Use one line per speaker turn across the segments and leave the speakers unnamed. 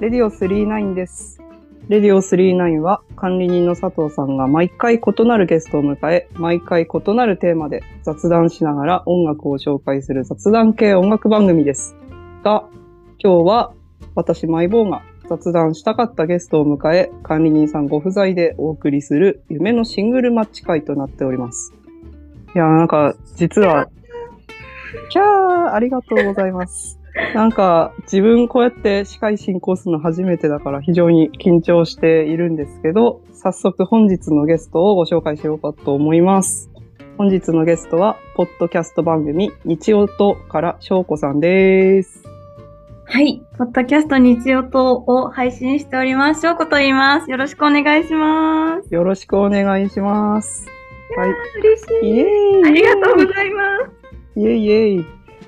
レディオ39です。レディオ39は管理人の佐藤さんが毎回異なるゲストを迎え、毎回異なるテーマで雑談しながら音楽を紹介する雑談系音楽番組です。が、今日は私、マイボーが雑談したかったゲストを迎え、管理人さんご不在でお送りする夢のシングルマッチ会となっております。いやー、なんか、実は、キャーありがとうございます。なんか、自分こうやって司会進行するの初めてだから非常に緊張しているんですけど、早速本日のゲストをご紹介しようかと思います。本日のゲストは、ポッドキャスト番組、日曜とから翔子さんです。
はい。ポッドキャスト日曜等を配信しております。翔子と言います。よろしくお願いします。
よろしくお願いします。はい。イ
嬉
エ
しい。
ーイ
ありがとうございます。
イエイイエイ。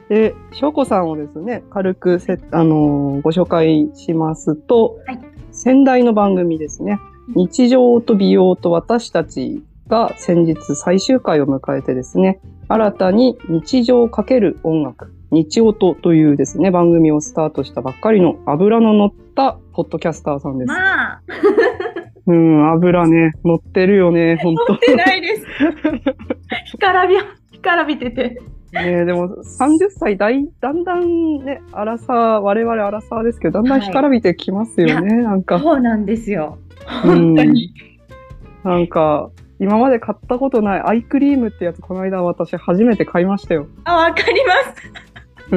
で、翔子さんをですね、軽くせ、あのーご紹介しますと、
はい
先代の番組ですね。日常と美容と私たちが先日最終回を迎えてですね、新たに日常×音楽、日音というですね、番組をスタートしたばっかりの油の乗ったポッドキャスターさんです。
まあ、
うん、油ね、乗ってるよね、本当
出ない です。干からび、干からびてて。
ねえ、でも30歳だい、だんだんね、荒さ、我々荒さですけど、だんだん
はい
干からびてきますよね、
いや
なんか。
そうなんですよ。
うん
本当に。
なんか、今まで買ったことないアイクリームってやつ、この間私初めて買いましたよ。
あ、わかります。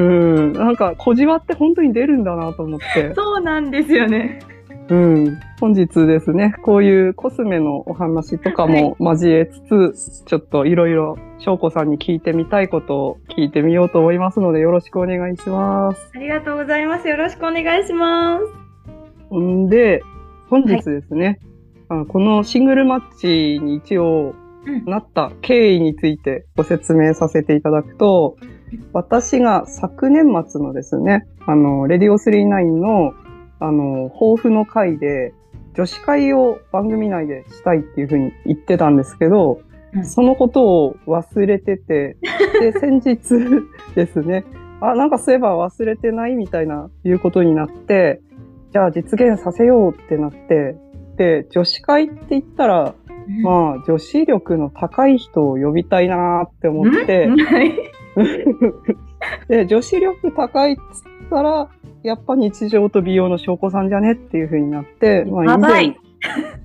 うん。なんか、小じわって本当に出るんだなと思って。
そうなんですよね。
うん。本日ですね、こういうコスメのお話とかも交えつつ、ちょっといろいろ、翔子さんに聞いてみたいことを聞いてみようと思いますので、よろしくお願いします。
ありがとうございます。よろしくお願いします。
んで、本日ですね、あこのシングルマッチに一応
うん
なった経緯についてご説明させていただくと、私が昨年末のですね、あの、レディオ39の、あの、抱負の会で、女子会を番組内でしたいっていうふうに言ってたんですけど、
うん
そのことを忘れてて、 で、先日ですね、あ、なんかそういえば忘れてないみたいな、いうことになって、じゃあ実現させようってなって、で、女子会って言ったら、まあ、女子力の高い人を呼びたいなーって思って、
はい。
で、女子力高いっつったら、やっぱ日常と美容の証拠さんじゃねっていう風になって、まあ
や
以
ば
前
い、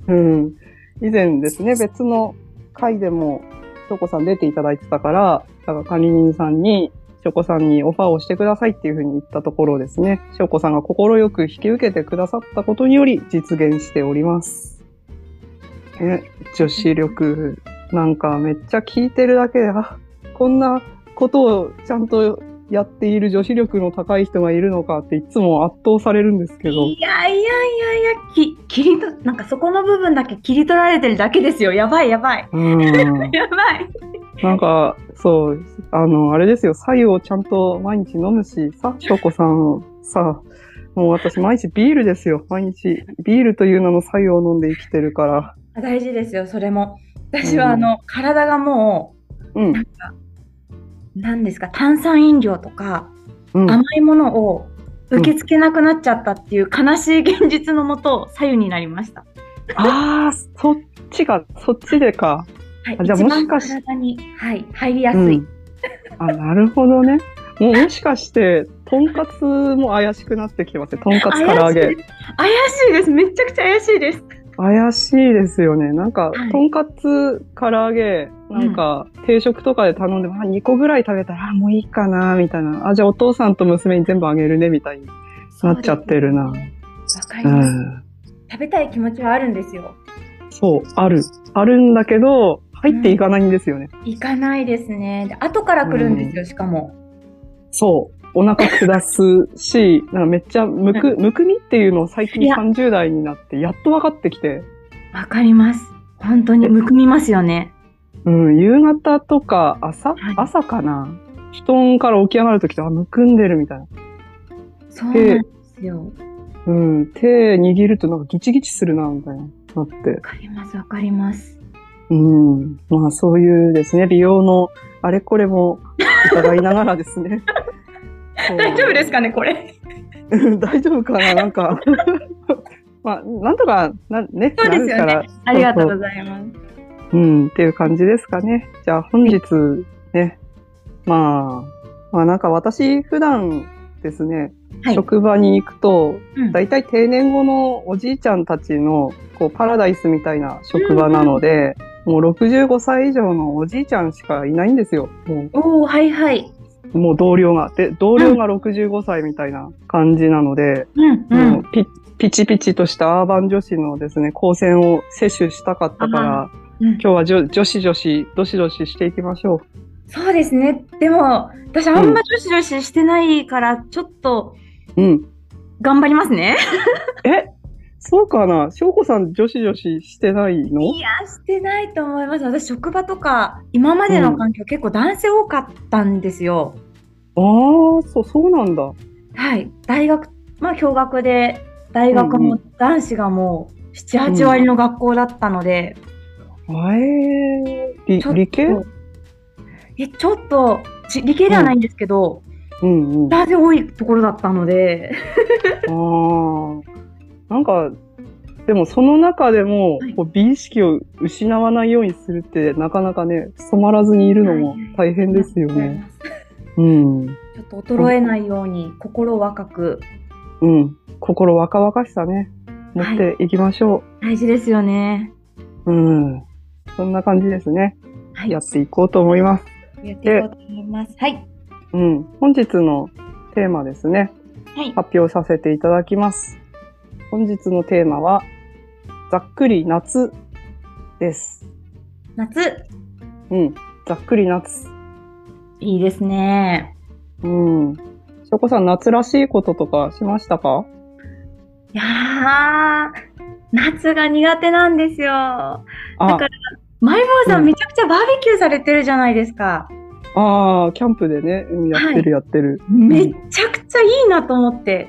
うん、以前ですね、別の回でも、証拠さん出ていただいてたから、だから管理人さんに、証拠さんにオファーをしてくださいっていう風に言ったところですね、証拠さんが快く引き受けてくださったことにより実現しております。ね、女子力、なんかめっちゃ聞いてるだけで、あ、こんなことをちゃんとやっている女子力の高い人がいるのかっていつも圧倒されるんですけど。
いやいやいやいや、き、切りと、なんかそこの部分だけ切り取られてるだけですよ。やばいやばい。
うん。
やばい。
なんか、そう、あの、あれですよ、白湯をちゃんと毎日飲むし、さ、翔子さん、さ、もう私毎日ビールですよ、毎日。ビールという名の白湯を飲んで生きてるから。
大事ですよ、それも。私
う
は
ん
あの、体がも
うん。
う、何ですか、炭酸飲料とか、
うん、
甘いものを受け付けなくなっちゃったっていう悲しい現実のもと、左右になりました。
ああ、そっちが、そっちでか。
はい
あ、じゃあ
一番
もしかし
体に、はい、入りやす
う
い。
ん。あ、なるほどね。もうもしかして、とんかつも怪しくなってきてますね。とんかつ唐揚
怪しい
げ。
です。怪しいです。めちゃくちゃ怪しいです。
怪しいですよね。なんか、
はい
とんかつ、唐揚げ、なんか、定食とかで頼んでも、あ2個ぐらい食べたら、あもういいかな、みたいな。あ、じゃあお父さんと娘に全部あげるね、みたいになっちゃってるな。
そうですね。わかり
う
ます、
ん。
食べたい気持ちはあるんですよ。
そう、ある。あるんだけど、入っていかないんですよね。
行かないですね。で後から来るんですよ、しかも。
そう。お腹下す し、なんかめっちゃむく、むくみっていうのを最
い
近
や
30代になって、やっと分かってきて。
わかります。本当にむくみますよね。
うん、夕方とか朝、
はい
朝かな。布団から起き上がるときって、あ、むくんでるみたいな。
そうなんですよ。
うん、手握るとなんかギチギチするな、みたいな、なって
わ。かります、わかります。
うん。まあ そういうですね、美容のあれこれも伺いながらですね、
大丈夫ですかね、これ。
うん大丈夫かななんか。 まあ、なんとかな、ね、
そうです
な
よね
るから。
ありがとう
そ
ご
う
ざいます。
そううん、っていう感じですかね。じゃあ本日、ね、まあ、まあなんか私、普段ですね、
はい。
職場に行くと、
うん
大体定年後のおじいちゃんたちのこうパラダイスみたいな職場なので、もう65歳以上のおじいちゃんしかいないんですよ。も
おおはいはい。
うもう同僚が。で、同僚が65歳みたいな感じなので、
うんう。
もうんピピチピチとしたアーバン女子のですね、光線を摂取したかったから、
うん
今日はじょ女子女子、どしどししていきましょ
そうですね。でも、私あんま女子女子してないから、ちょっと
う。うん。
頑張りますね。
えそうかな翔子さん女子女子してないの
いや、してないと思います。私、職場とか、今までの環境、結構男性多かったんですよ。
ああ、そう、そうなんだ。
はい。大学、まあ、共学で、大学
う
も
ん
男子がもう、7、
うん
8割の学校だったので、
ええ理
ちょっと
理系
え、ちょっと、じ理系ではないんですけど、
うんうん。あ
男性多いところだったので、
あ。なんか、でもその中でも
はい、
こう美意識を失わないようにするって、なかなかね、染まらずにいるのも大変ですよね。うん。
ちょっと衰えないように、心を若く、
うん。心若々しさね、持っていきましょ
大事ですよね。
う。うん。そんな感じですね。
はい。
やっていこうと思います。
やっていこうと思います。はい。
うん。本日のテーマですね。
はい。
発表させていただきます。本日のテーマは、ざっくり夏です。
夏、
うん。ざっくり夏。
いいですね。
うん。しょこさん、夏らしいこととかしましたか
いやー、夏が苦手なんですよ。だ
あ
から、マイボーさん、
うん
めちゃくちゃバーベキューされてるじゃないですか。
あー、キャンプでね、うんやってるやってる。
め
うん
ちゃくちゃいいなと思って。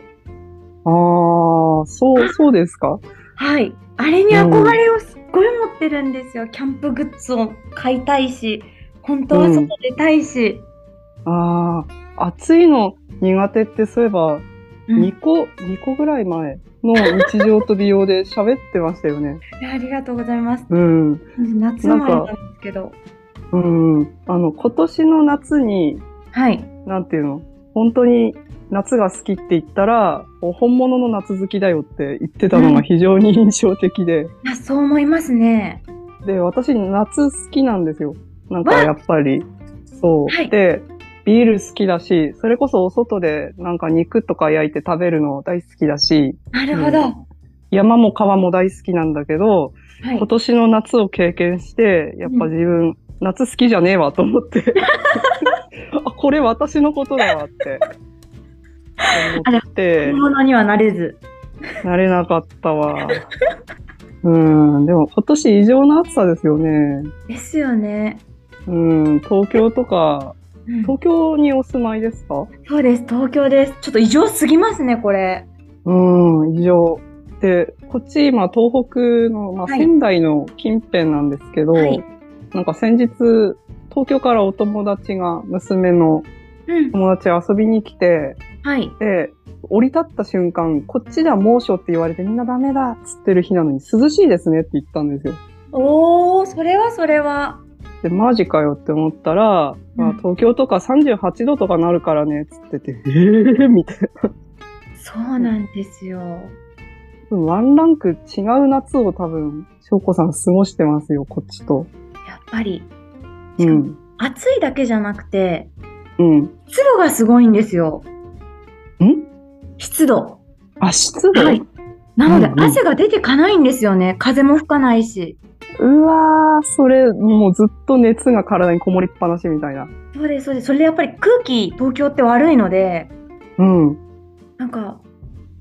あー、そう、そうですか
はい。あれに憧れをすっごい持ってるんですよ。キャンプグッズを買いたいし、本当は外出たいし。
あー、暑いの苦手ってそういえば、
うん
2個、二個ぐらい前の日常と美容で喋ってましたよね。
いやありがとうございます。
うん。
夏生まれなんですけど。
うん、あの今年の夏に、
はい。
なんていうの、本当に夏が好きって言ったら、こう本物の夏好きだよって言ってたのが非常に印象的で、
いやそう思いますね。
で、私、夏好きなんですよ。なんかやっぱり。そう。
はい
で、ビール好きだし、それこそお外でなんか肉とか焼いて食べるの大好きだし、
なるほど。
う山も川も大好きなんだけど、
はい
今。年の夏を経験して、やっぱ自分、夏好きじゃねえわと思 って、あ、これ私のことだわって。思って
本、物にはなれず。
なれなかったわ。うん、でも今年異常な暑さですよね。
ですよね。
うん、東京とか、
うん
東京にお住まいですか
そうです、東京です。ちょっと異常すぎますね、これ。
うん、異常。で、こっち今東北の、まあ、
はい
仙台の近辺なんですけど、
はい
なんか先日、東京からお友達が娘の
うん。
友達遊びに来て、
はい。
で、降り立った瞬間、こっちでは猛暑って言われてみんなダメだっつってる日なのに涼しいですねって言ったんですよ。
おー、それはそれは。
で、マジかよって思ったら、まあ
うん
東京とか38度とかなるからねっつってて、えーみたい
そうなんですよ。
な。ワンランク違う夏を多分、翔子さん過ごしてますよ、こっちと。
やっぱり。
う
しかも、
ん。
暑いだけじゃなくて、
うん。
湿度がすごいんですよ。
ん
湿度。
あ、湿度、
はい。なので、
うんうん
汗が出てかないんですよね。風も吹かないし。
うわー、それ、もうずっと熱が体にこもりっぱなしみたいな。
そうです、そうです。それでやっぱり空気、東京って悪いので、
うん。う
なんか、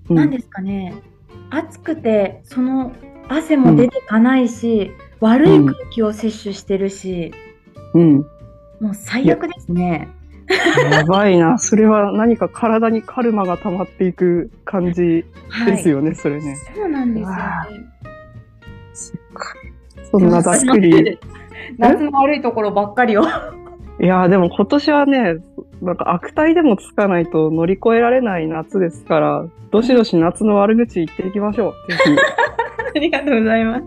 ん、
なんですかね、暑くてその汗も出てかないし、悪い空気を摂取してるし、
うん。
もう最悪ですね。
やばいな。それは何か体にカルマが溜まっていく感じ
はい、
ですよね、それね。
そうなんですよ、ね
わ。そっか。そんなざっ くり。。
夏の悪いところばっかりを。
いやー、でも今年はね、なんか悪態でもつかないと乗り越えられない夏ですから、どしどし夏の悪口言っていきましょう。ぜひ。
ありがとうございます。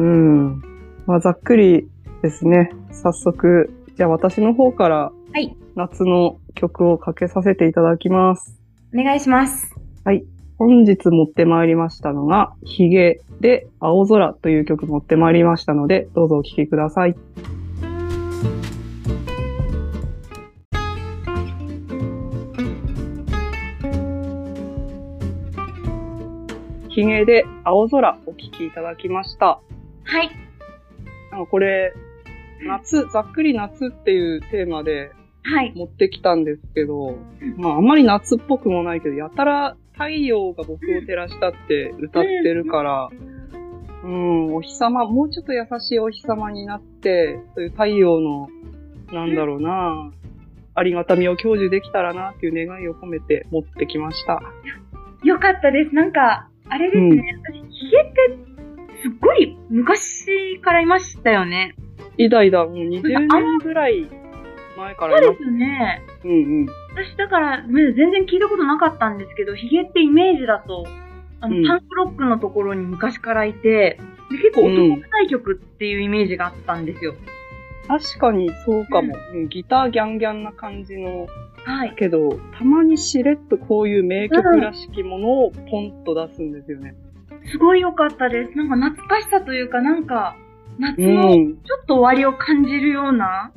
うん。まあ、ざっくりですね。早速、じゃあ私の方から
はい、
夏の曲をかけさせていただきます。
お願いします。
本日持ってまいりましたのが、ヒゲで青空という曲持ってまいりましたので、どうぞお聴きください。ヒゲで青空お聴きいただきました。
はい、
なんかこれ、夏、ざっくり夏っていうテーマで
はい、
持ってきたんですけど、まああんまり夏っぽくもないけど、やたら太陽が僕を照らしたって歌ってるから、うん、お日様、もうちょっと優しいお日様になって、そういう太陽の、なんだろうな、ありがたみを享受できたらなっていう願いを込めて持ってきました。
よかったです。なんか、あれですね、私、ヒゲって、すっごい昔からいましたよね。
イダイダ、もう20年ぐらい前からい
そ
ま。
うですすよね。
うんうん。
私、だから、ごめんなさい全然聞いたことなかったんですけど、ヒゲってイメージだと、あの、
うん
パンクロックのところに昔からいて、で結構男臭い曲っていうイメージがあったんですよ。
確かにそうかも。うんギターギャンギャンな感じの、
はい。
けど、たまにしれっとこういう名曲らしきものをポンと出すんですよね。
すごい良かったです。なんか懐かしさというか、なんか、夏
う
のちょ
ん。
っと終わりを感じるような、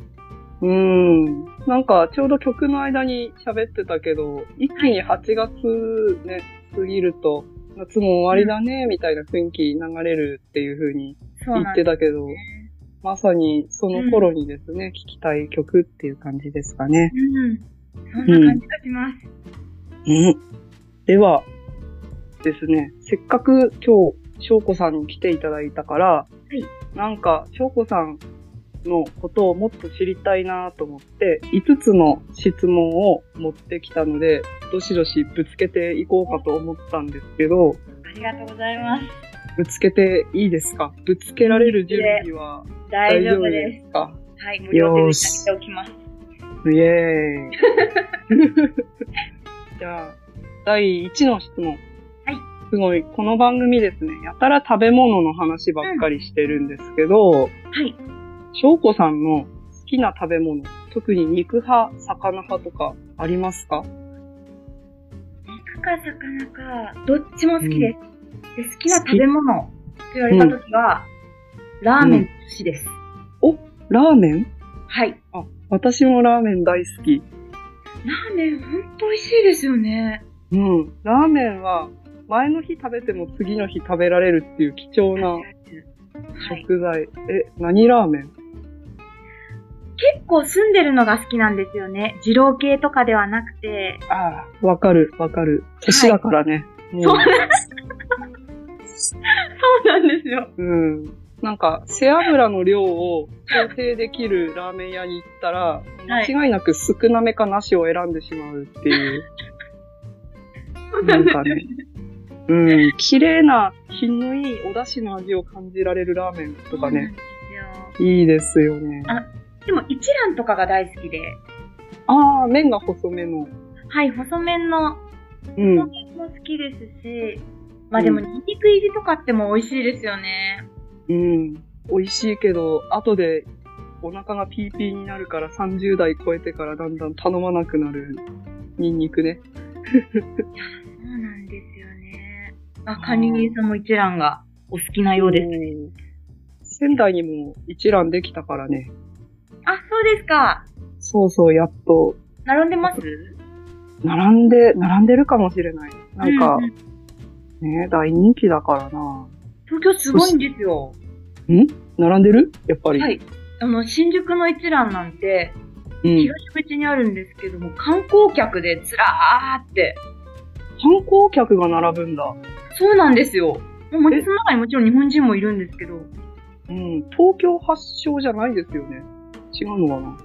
うん。なんか、ちょうど曲の間に喋ってたけど、一気に8月ね、過ぎると、夏も終わりだね、みたいな雰囲気流れるっていう風に
そう
言
な
っ
んで
て
す。
たけど、まさにその頃にですね、聴きたい曲っていう感じですかね。
うん。そんな感じがします。
うん。では、ですね、せっかく今日、翔子さんに来ていただいたから、なんか、翔子さんのことをもっと知りたいなと思って、5つの質問を持ってきたので、どしどしぶつけていこうかと思ったんですけど、
ありがとうございます。
ぶつけていいですかぶつけられる準備は
大
大
丈
丈
夫
夫
で
ですか
す。はい、無料で受けておきます。
イエーイ。 じゃあ、第1の質問。
はい。
すごい、この番組ですね、やたら食べ物の話ばっかりしてるんですけど、
はい。
翔子さんの好きな食べ物、特に肉派、魚派とかありますか
肉か魚か、どっちも好きです。で好きな食べ物と言われたときは、ラーメンと寿司です。
ラーメン
はい。
あ、私もラーメン大好き。
ラーメン、ほんと美味しいですよね。
うん。ラーメンは、前の日食べても次の日食べられるっていう貴重な
はい、
食材。え、何ラーメン
結構住んでるのが好きなんですよね。二郎系とかではなくて、
ああ、わかる、わかる。年だからね。もう
そうなんですよ。
うん。なんか、背脂の量を調整できるラーメン屋に行ったら、
はい
間違いなく少なめかなしを選んでしまうって いう。
そう
な
なん
ん
です
か
よ
ね。うん。綺麗な、品のいいお出汁の味を感じられるラーメンとかね。。いいですよね。
でも一蘭とかが大好きで、
ああ、麺が細めの。
はい、細麺の
うん。
細麺も好きですし、まあでも、ニンニク入りとかっても美味しいですよね。
うん。美味しいけど、後でお腹がピーピーになるから30代超えてからだんだん頼まなくなるニンニクね。
そうなんですよね。あ、カニミさんも一蘭がお好きなようです。
うん仙台にも一覧できたからね。
あ、そうですか。
そうそう、やっと。
並んでます
並んで、並んでるかもしれない。なんか
う、う
ね、大人気だからな。
東京すごいんですよ。
並んでるやっぱり。
はい。あの、新宿の一蘭なんて、
うん。
東口にあるんですけども、観光客でずらーって。
観光客が並ぶんだ。
そうなんですよ。もう、その中にもちろん日本人もいるんですけど。
うん。東京発祥じゃないですよね。違うのか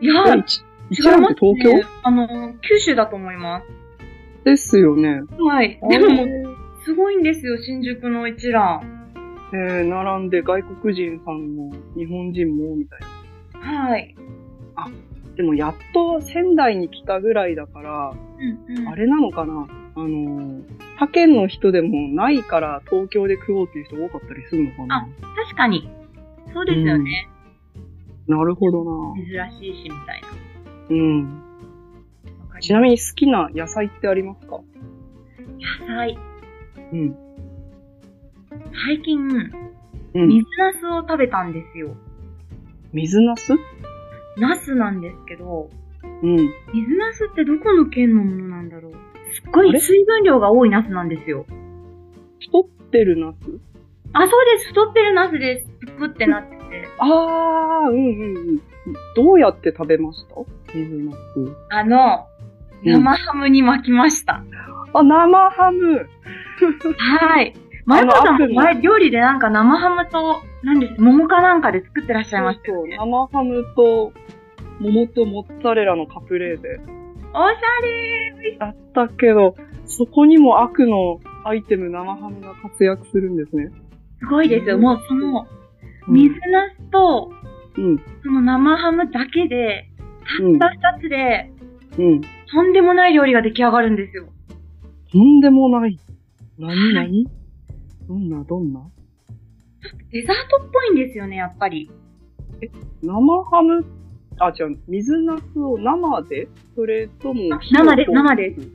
いや
な。え、
ー
一一覧って東京、
ね、あの、九州だと思いま
ですよね。
す。はい。でも、すごいんですよ、新宿の一覧。
えー、並んで外国人さんも日本人もみたいな。
はい。
でもやっと仙台に来たぐらいだから、
うんうん。
あれなのかなあのー、他県の人でもないから東京で食おうっていう人多かったりするのかな
確かに。そうですよね。
なるほどな
珍しいし、みたいな。
うん。
わかります
ちなみに好きな野菜ってありますか
野菜。
うん。
最近、
うん。
水ナスを食べたんですよ。
水なす
ナスなんですけど、
うん。
水ナスってどこの県のものなんだろう。すっご
あ
い
れ
水分量が多いナスなんですよ。
太ってるなす
あ、そうです。太ってるナスです。ぷくってなってて。
あー、うんうんうん。どうやって食べました水なす。
あの、生ハムに巻きました。
あ、生ハム。
はい。前川さん
あの
も
悪
前料理でなんか生ハムと、何です、桃かなんかで作ってらっしゃいました
そ
よ
う
ね。
生ハムと桃とモッツァレラのカプレーゼ。
おしゃれ
だったけど、そこにも悪のアイテム生ハムが活躍するんですね。
すごいですよ。もうその、
うん
水ナスと、
うん。
その生ハムだけで、
うん
たった2つで、
うん。
とんでもない料理が出来上がるんですよ。
とんでもない。なになにどんなどんな
デザートっぽいんですよね、やっぱり。
生ハム、あ、違う、水ナスを生でそれとも
あ生です、生です。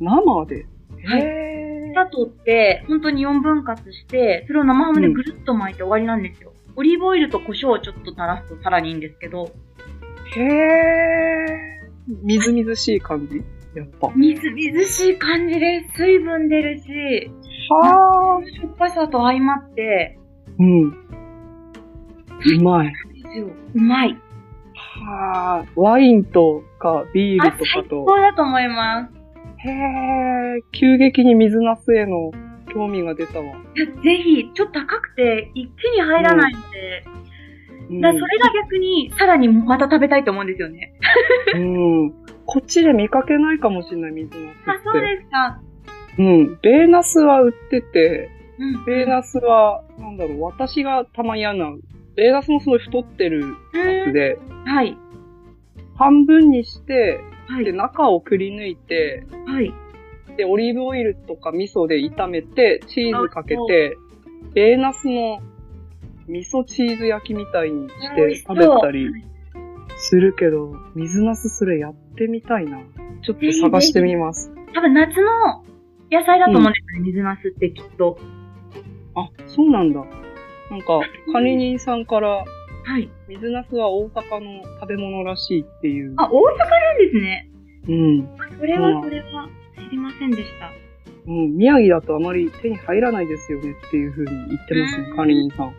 生で
はい
へ
デザートって、本当に4分割して、それを生ハムでぐるっと巻いて終わりなんですよ。オリーブオイルと胡椒をちょっと垂らすとさらにいいんですけど、
ー。へー。みずみずしい感じやっぱ。は
みずみずしい感じです。水分出るし、
あ。
しょっぱさと相まって、
うん。うまい。
ですようまい。
はあ。ワインとかビール
あ、最
とかと
高。だと思います。
へえ。急激に水ナスへの興味が出たわ。
いやぜひ、ちょっと高くて、一気に入らないので、
うん
だからそれが逆に、さらにまた食べたいと思うんですよね。
うん。こっちで見かけないかもしれない、水ナスって。
あ、そうですか。
うん。ベーナスは売ってて、
うん。
ベーナスは、なんだろう、私がたまに嫌な、ベーナスもすごい太ってるやつで、
はい。
半分にして、
は
で、
い。
中をくり抜いて、
はい。
で、オリーブオイルとか味噌で炒めて、チーズかけて、ベーナスの味噌チーズ焼きみたいにし
美
て
味しそ
食
う
べたりするけど、水ナスそれやってみたいな。ちょっと探してみます。
多分夏の野菜だと思うんですよね、水ナスってきっと。
あ、そうなんだ。なんか、管理人さんから、
はい。
水ナスは大阪の食べ物らしいっていう。
あ、大阪なんですね。
うん。
それは
うん
それは知りませんでした。
もう宮城だとあまり手に入らないですよねっていうふうに言ってます
う
ね、
ん
管理人さん。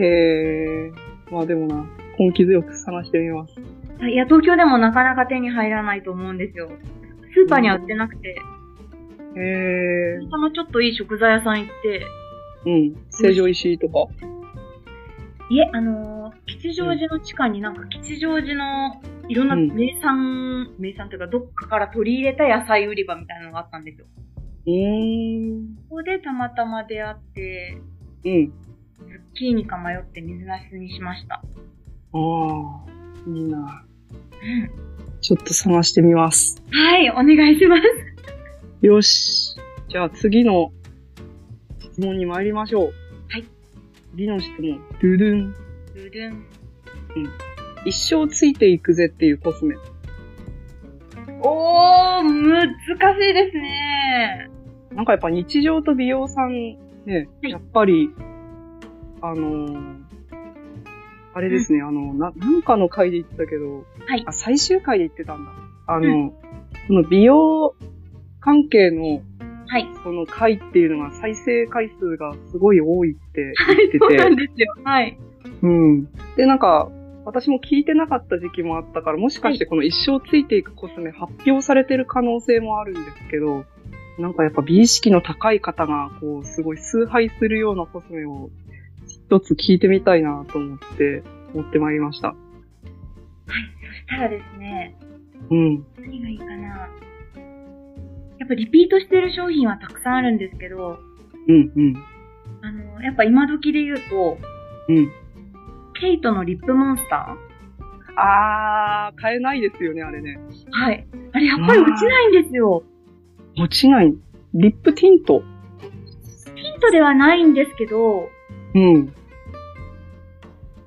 へえー。まあでもな、根気強く探してみます。
はいいや、東京でもなかなか手に入らないと思うんですよ。スーパーには売ってなくて、
へえー。
そのちょっといい食材屋さん行って、
うん。成城石井とか
いえ、あのー吉祥寺の地下になんか吉祥寺のいろんな
うん
名産、名産というかどっかから取り入れた野菜売り場みたいなのがあったんですよ。
うーん。
ここでたまたま出会って、
うん。
ズッキーニか迷って水なしにしました。
ああ、いいな。
うん
ちょっと探してみます。
はい、お願いします。
よし。じゃあ次の質問に参りましょう。
はい。
次の質問。ドゥドゥン。
ルルン。
一生ついていくぜっていうコスメ。
おー、難しいですね。
なんかやっぱ日常と美容さんね、
はい
やっぱり、あのーあれですね、あの、な、なんかの回で言ってたけど、
はい
あ、最終回で言ってたんだ。あの、その美容関係の
はい。
その回っていうのが再生回数がすごい多いって言ってて、
そうなんですよ。はい。
うん。で、なんか、私も聞いてなかった時期もあったから、もしかしてこの一生ついていくコスメ発表されてる可能性もあるんですけど、なんかやっぱ美意識の高い方が、こう、すごい崇拝するようなコスメを一つ聞いてみたいなと思って、持ってまいりました。
そしたらですね、
うん。
何がいいかな。やっぱリピートしてる商品はたくさんあるんですけど、
うん、うん。
あの、やっぱ今時で言うと、
うん。
ケイトのリップモンスタ
あー、買えないですよね、あれね。
はい。あれ、やっぱり落ちないんですよ。
落ちない。リップティント。
ヒントではないんですけど、
うん。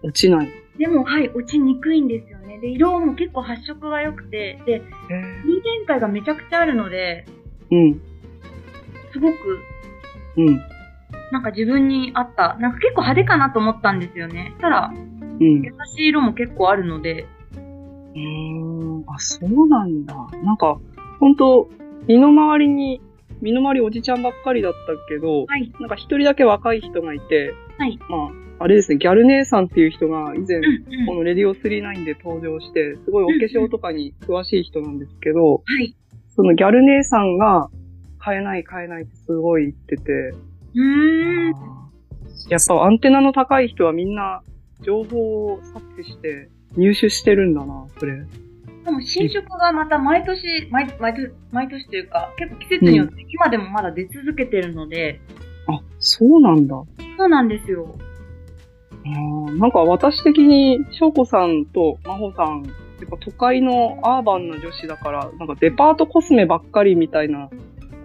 落ちない。
でも、はい、落ちにくいんですよね。で、色も結構発色が良くて、で、臨展開がめちゃくちゃあるので、
うん。
すごく、
うん。
なんか自分に合った、なんか結構派手かなと思ったんですよね。ただ、
うん。
優しい色も結構あるので、
うーんあ、そうなんだ。なんか、本当身の回りに、身の回りおじちゃんばっかりだったけど、
はい。
なんか一人だけ若い人がいて、
はい
まあ、あれですね、ギャル姉さんっていう人が以前、
うんうん。
こ
は
のレディオ39で登場して、すごいお化粧とかに詳しい人なんですけど、
い。
そのギャル姉さんが、買えない買えないってすごい言ってて、
うーん。
やっぱアンテナの高い人はみんな情報を察知して入手してるんだな、それ。
でも新色がまた毎年、毎毎年毎年というか、結構季節によって今でもまだ出続けてるので、
あ、そうなんだ。
そうなんですよ。
あーなんか私的に、翔子さんと真帆さん、やっぱ都会のアーバンな女子だから、なんかデパートコスメばっかりみたいな、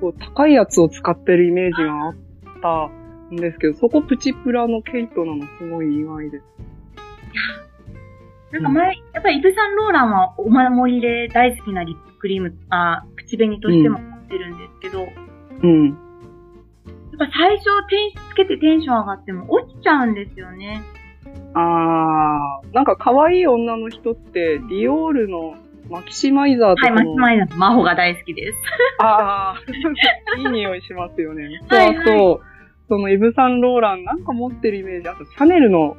こう高いやつを使ってるイメージがあったんですけど、そこプチプラのケイトなのすごい意外です。
なんか前、やっぱりイヴ・サンローランはお守りで大好きなリップクリーム、あ口紅としても持ってるんですけど、やっ
うん。
ぱ最初テンつけてテンション上がっても落ちちゃうんですよね。
あー、なんか可愛い女の人って、ディオールのマキシマイザーと
はい、
か
マ
も、
スマイナス、魔法が大好きです。
あ あ、いい匂いしますよね。と、
はいはい
あと、そのイブ・サンローランなんか持ってるイメージ、あとシャネルの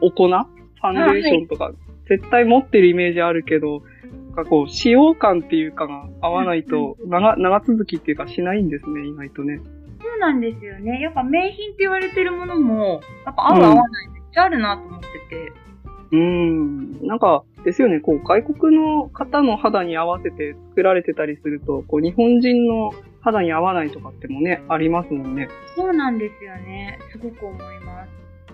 お粉ファンデーションとか、絶対持ってるイメージあるけど、なんかこう、使用感っていうかが合わないと、長、長続きっていうかしないんですね、意外とね。
そうなんですよね。やっぱ名品って言われてるものも、やっぱ合う合わないめっちゃあるなと思ってて。
うん。なんか、ですよね、こう、外国の方の肌に合わせて作られてたりすると、こう、日本人の肌に合わないとかってもね、ありますもんね。
そうなんですよね。すごく思います。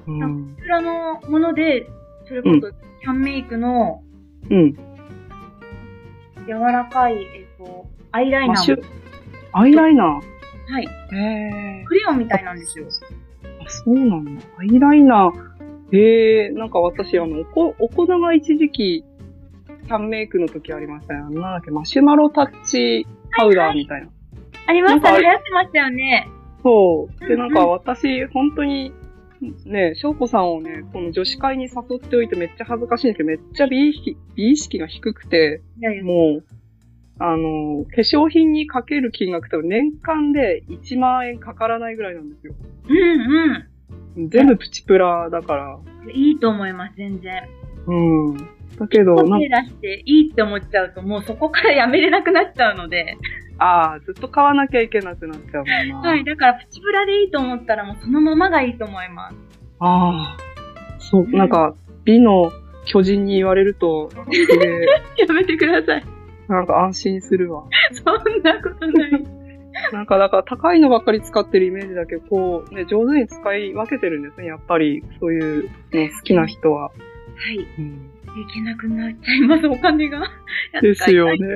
う。
なんプラのもので、それこそ、キャンメイクの
うん。
柔らかい、えっと、アイライ
マッ
ナ
シ
ー
ュ、アイライナー。
も。はい。
へ
クレヨンみたいなんですよ。
あ、そうなんだ。アイライナー。へえ、なんか私、あの、おこ、お粉が一時期、サンメイクの時ありましたね。あのなんだっけ、マシュマロタッチパウダーみたいな。
ありました
なんかあ
ね。
れ
流行ってましたよね。
そう。で、
うんう
なんんか私、本当に、ね、翔子さんをね、この女子会に誘っておいてめっちゃ恥ずかしいんですけど、めっちゃ美意識、美意識が低くて、
いやいや
もう、あの、化粧品にかける金額多分年間で1万円かからないぐらいなんですよ。
うん
全部プチプラだから。
うん。いいと思います、全然。
うん。だけど、
手
なん
出していいって思っちゃうと、もうそこからやめれなくなっちゃうので。
ああ、ずっと買わなきゃいけなくなっちゃうもんな。
はい。だから、プチブラでいいと思ったら、もうそのままがいいと思います。
ああ。そう、なんか、美の巨人に言われると、なんかすげえ
やめてください。
なんか安心するわ。
そんなことない。
なんか、だから高いのばっかり使ってるイメージだけど、こう、ね、上手に使い分けてるんですね。やっぱり、そういうの好きな人は。
はい。
うん、
いけなくなっちゃいます、お金が。
ですよね。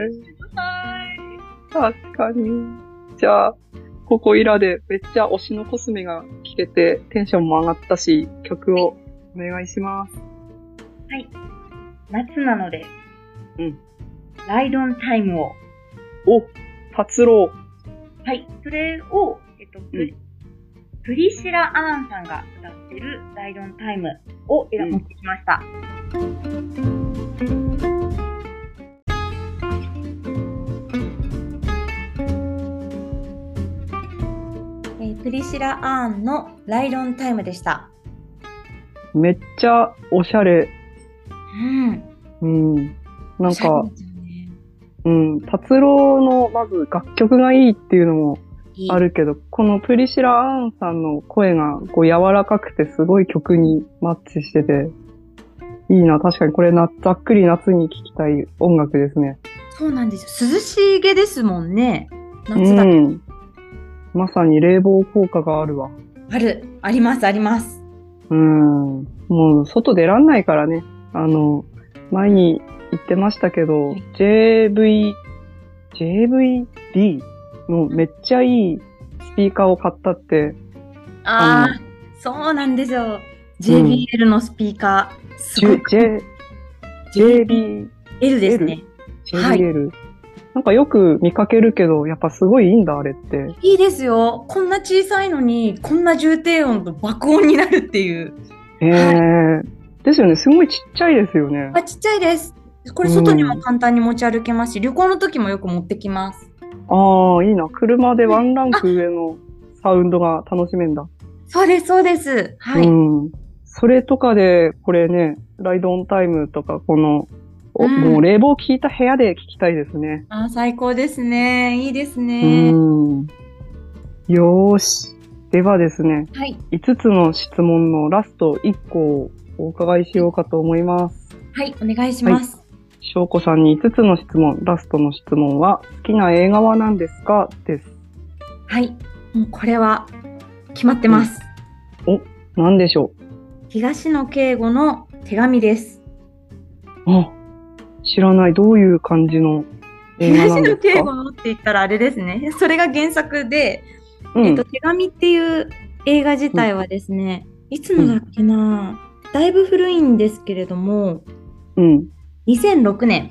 はい。
確かに。じゃあ、ここいらでめっちゃ推しのコスメが聴けて、テンションも上がったし、曲をお願いします。
夏なので、
うん。
ライドンタイムを。
お、達郎。
はい。それを、えっと、プ
うん
プリシラ・アーンさんが歌ってるライドンタイムを選
うん
持ってきました。
えープリシラ・アーンのライロンタイムでした。
めっちゃおしゃれ。
うん。
うん。なん
おしゃれ
か
で、すよね
うん、達郎のまず楽曲がいいっていうのも
いい
あるけど、このプリシラ・アーンさんの声がこう柔らかくてすごい曲にマッチしてて、いいな。確かにこれな、ざっくり夏に聴きたい音楽ですね。
そうなんですよ。涼しげですもんね。
う
夏だけ、
ん。まさに冷房効果があるわ。
ある。あります、あります。
うん。もう外出らんないからね。あの、前に言ってましたけど、
はい
JV、JVD のめっちゃいいスピーカーを買ったって、
ああ、そうなんですよ。JBL のスピーカー、すご
J
く
J、JB、
L ですね。はい
JBL。なんかよく見かけるけど、やっぱすごいいいんだ、あれって。
いいですよ。こんな小さいのに、こんな重低音と爆音になるっていう。
えー。ですよね。すごいちっちゃいですよね。
あ、ちっちゃいです。これ外にも簡単に持ち歩けますし、旅行の時もよく持ってきます。
ああ、いいな。車でワンランク上のサウンドが楽しめんだ。
そうです、そうです。 はい。
うん。それとかで、これね、ライドオンタイムとか、この、お
うん
もう冷房効いた部屋で聞きたいですね。
あー最高ですね。いいです
う
ね。
ん。よーし。ではですね、
はい。
5つの質問のラスト1個をお伺いしようかと思います。
はい、お願いします。
翔子さんに5つの質問、ラストの質問は、好きな映画は何ですかです。
はい。もうこれは、決まってます。
何でしょ
東野圭吾の手紙です。
うあ、知らない。どういう感じの映画な
東
んで
野
す
圭吾
か
のって言ったらあれですね。 それが原作で、
うん
えっと、手紙っていう映画自体はですね、いつのだっけな、だいぶ古いんですけれども、
うん。
2006年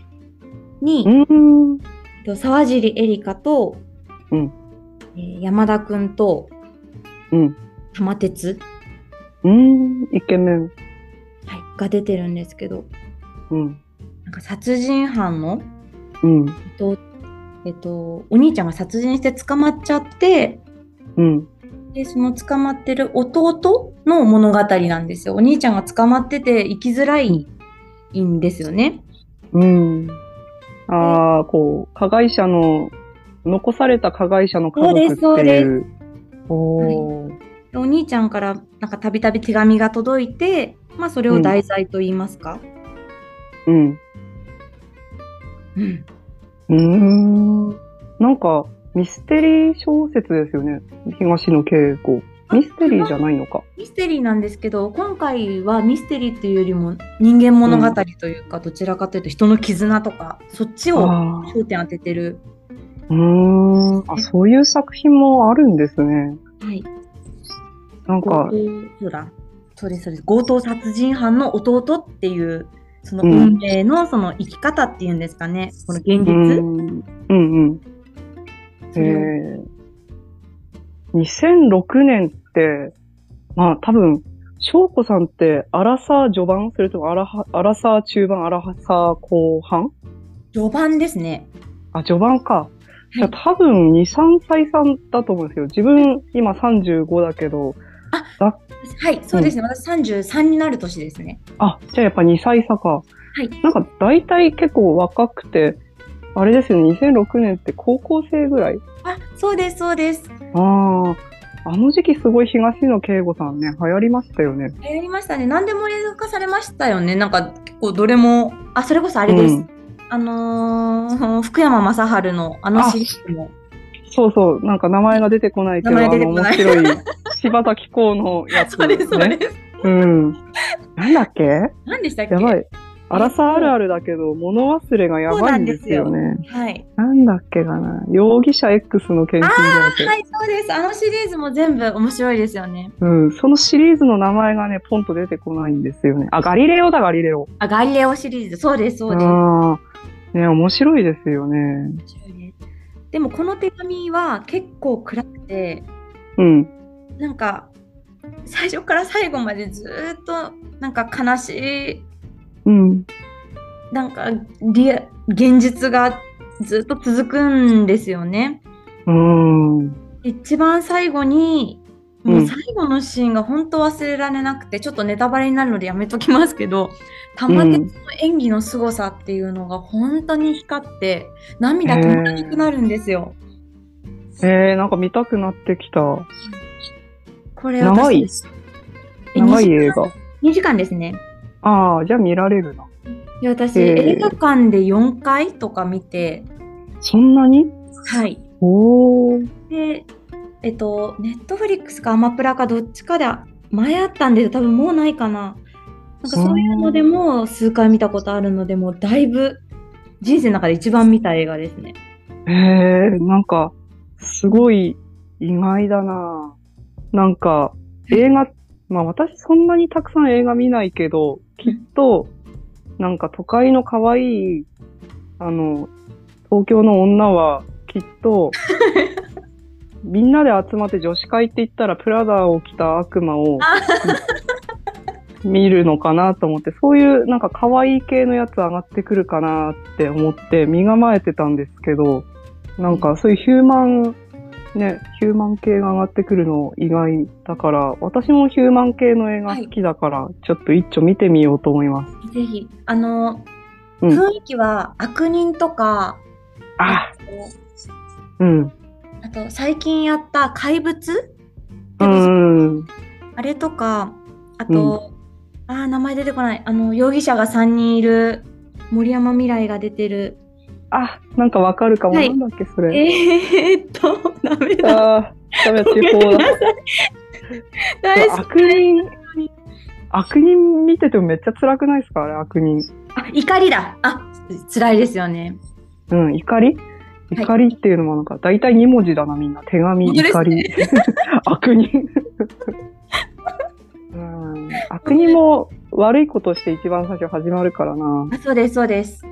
に、えっ
うん。
と沢尻エリカと、
うん
えー山田くんと、
うん
玉鉄、
うん。イケメン。
はい、が出てるんですけど、
うん。
なんか殺人犯の、
うん。
えっとえっと、お兄ちゃんが殺人して捕まっちゃって、
うん。
で、その捕まってる弟の物語なんですよ。お兄ちゃんが捕まってて生きづらいんですよね。
うん。ああ、こう、加害者の、残された加害者の家族っていう。
そうですそう
おー
でお兄ちゃんからなんかたびたび手紙が届いて、まあそれを題材と言いますか。
うん。
うん。
うーん。なんか、ミステリー小説ですよね。東野圭吾。ミステリーじゃないのか。
ミステリーなんですけど、今回はミステリーっていうよりも人間物語というか、どちらかというと人の絆とか、そっちを
ああ。
焦点当ててる。
うーん。あ、そういう作品もあるんですね。
はい。
なん
強
か、
盗、そうだ。そうです、そうです。強盗殺人犯の弟っていう、その
うん
運命のその生き方っていうんですかね。この現
う
実。
ん。うんうん。
それを
えー、2006年って、まあ多分、翔子さんって、アラサー序盤それともアラハ、アラサー中盤、アラサー後半
序盤ですね。
あ、序盤か。じゃあ多分2、3歳さんだと思うんですよ。自分、今35だけど、
はい、そうですね。私33になる年ですね。。
あ、じゃあやっぱ2歳差か。はいなんか大体結構若くて、あれですよね、2006年って高校生ぐらい
あ、そうです、そうです。
ああ、あの時期すごい東野圭吾さんね、流行りましたよね。
流行りましたね。何でも映画化されましたよね。なんか結構どれも、あ、それこそあれです。
うん
あのー福山雅治のあのシリーズも。
そうそう、なんか名前が出てこないけど、
名
あ
前出て
の
こ
面
ない
白い柴田紀行のやつ、
そう
ね。
です、そうです。
うん。なんだっけや
何でしたっけ
ばい。荒さあるあるだけど、物忘れがやばいんですよね。
はい。
なんだっけかな。容疑者 X の研究所だっけ。
はい、そうです。あのシリーズも全部面白いですよね。
うん。そのシリーズの名前がね、ポンと出てこないんですよね。あ、ガリレオだ、ガリレオ。
あ、ガリレオシリーズ。そうです、そうです。
ああ。ね、面白いですよね。
面白いねでもこの手紙は結構暗くて、
うん。
なんか、最初から最後までずーっと、なんか悲しい
うん。
なんかリア現実がずっと続くんですよね。
うん。
一番最後に
うん
もう最後のシーンが本当忘れられなくて、ちょっとネタバレになるのでやめときますけど玉鉄の演技の凄さっていうのが本当に光って涙止まらなくなるんですよ。
えー、なんか見たくなってきた。
これ
長い
え
長い
二時
映
間
画。
2時間ですね。
ああ、じゃあ見られるな。
で私、
へー
映画館で4回とか見て、
そんなに
はい、
おー。
で、えっと、ネットフリックスかアマプラかどっちかで前あったんですよ。多分もうないかな。なんかそういうのでも数回見たことあるので、もうだいぶ人生の中で一番見た映画ですね。
へえなんか、すごい意外だななんか、映画、まあ私そんなにたくさん映画見ないけど、きっと、なんか都会の可愛い、あの、東京の女は、きっと、みんなで集まって女子会って言ったら、プラダを着た悪魔を、見るのかなと思って、そういうなんか可愛い系のやつ上がってくるかなって思って身構えてたんですけど、なんかそういうヒューマン、ね、ヒューマン系が上がってくるの意外だから、私もヒューマン系の映画好きだから、ちょっと一丁見てみようと思います。
ぜひ、あの、
うん
雰囲気は悪人とか、
あ、うん。
あと最近やった怪物
うん。
あれとか、あと、ああ、名前出てこない。あの、容疑者が3人いる、森山未来が出てる。
あ、なんかわかるかも。
はい
なんだっけ、それ。
えー、っと、ダメだ。
あー、ダメだ、地方だ。
大好き。
悪人、悪人見ててもめっちゃ辛くないですかあれ、悪人。
あ、怒りだ。あ、辛いですよね。
うん、怒り
はい
怒りっていうのもなんか、大体2文字だな、みんな。手紙、
本当です
怒り。悪人。 うん、悪人も悪いことして一番最初始まるからな。
あ、そうです、そうです。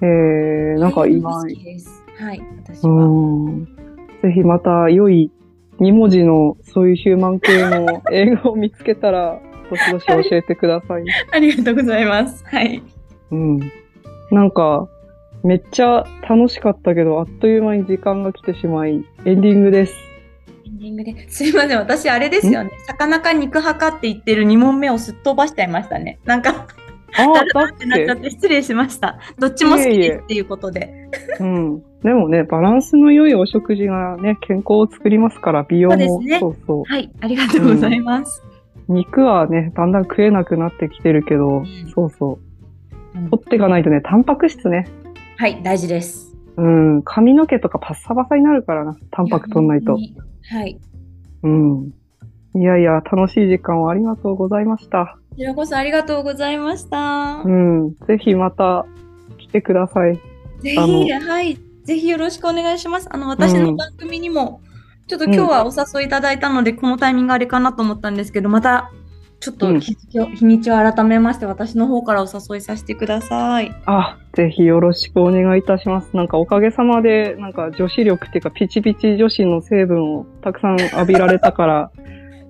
えー、なんか今
好、きです。はい、私
う
は。
ん。ぜひまた良い2文字のそういうヒューマン系の映画を見つけた ら、どしどし教えてください。
ありがとうございます。はい。
うん。なんか、めっちゃ楽しかったけど、あっという間に時間が来てしまい、エンディングです。
エンディングで。すいません、私あれですよね。魚か肉派かって言ってる2問目をすっ飛ばしちゃいましたね。なんか、
あ、 だっ
ってなっちゃって失礼しました。どっちも好きですっていうことで。
て、うん。でもね、バランスの良いお食事がね、健康を作りますから、美容も。
そうですね
そうそう
はい、ありがとうございます。
肉はね、だんだん食えなくなってきてるけど、そうそう。
うん
取っていかないとね、タンパク質ね。
はい、大事です。
うん。髪の毛とかパッサパサになるからな、タンパク取んないと
い。や。本当にはい。
うん。いやいや、楽しい時間をありがとうございました。
こちらこそありがとうございました
う。ん、ぜひまた来てください。
ぜ
あ
ひ、
の
はい、ぜひよろしくお願いします。あの、私の番組にも、ちょっと今日はお誘いいただいたので、このタイミングあれかなと思ったんですけど、また、ちょっ
う
と
ん
日付を、日にちを改めまして、私の方からお誘いさせてください。
あ、ぜひよろしくお願いいたします。なんかおかげさまで、なんか女子力っていうかピチピチ女子の成分をたくさん浴びられたから、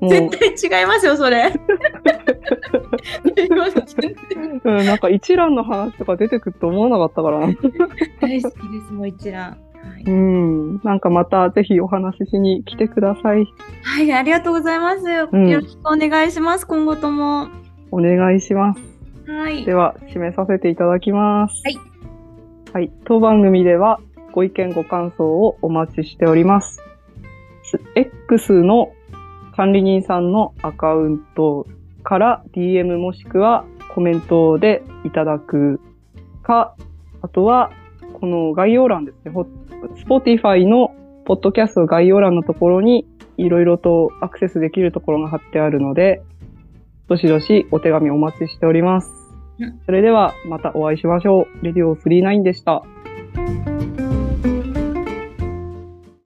もう、
絶対違いますよ、それ。
うん、なんか一覧の話とか出てくると思わなかったからな。
大好きです、もう一覧。はい
うん、なんかまたぜひお話ししに来てください。
はい、ありがとうございます。よ
ん
ろしくお願いします、今後とも。
お願いします。
はい
で。は、締めさせていただきます。
はい。
はい。当番組では、ご意見、ご感想をお待ちしております。す X の管理人さんのアカウントから DM もしくはコメントでいただくか、あとは、この概要欄ですね。ほ Spotify のポッドキャスト概要欄のところに、いろいろとアクセスできるところが貼ってあるので、どしどしお手紙お待ちしております
うん。
それではまたお会いしましょう。レディオ39でした。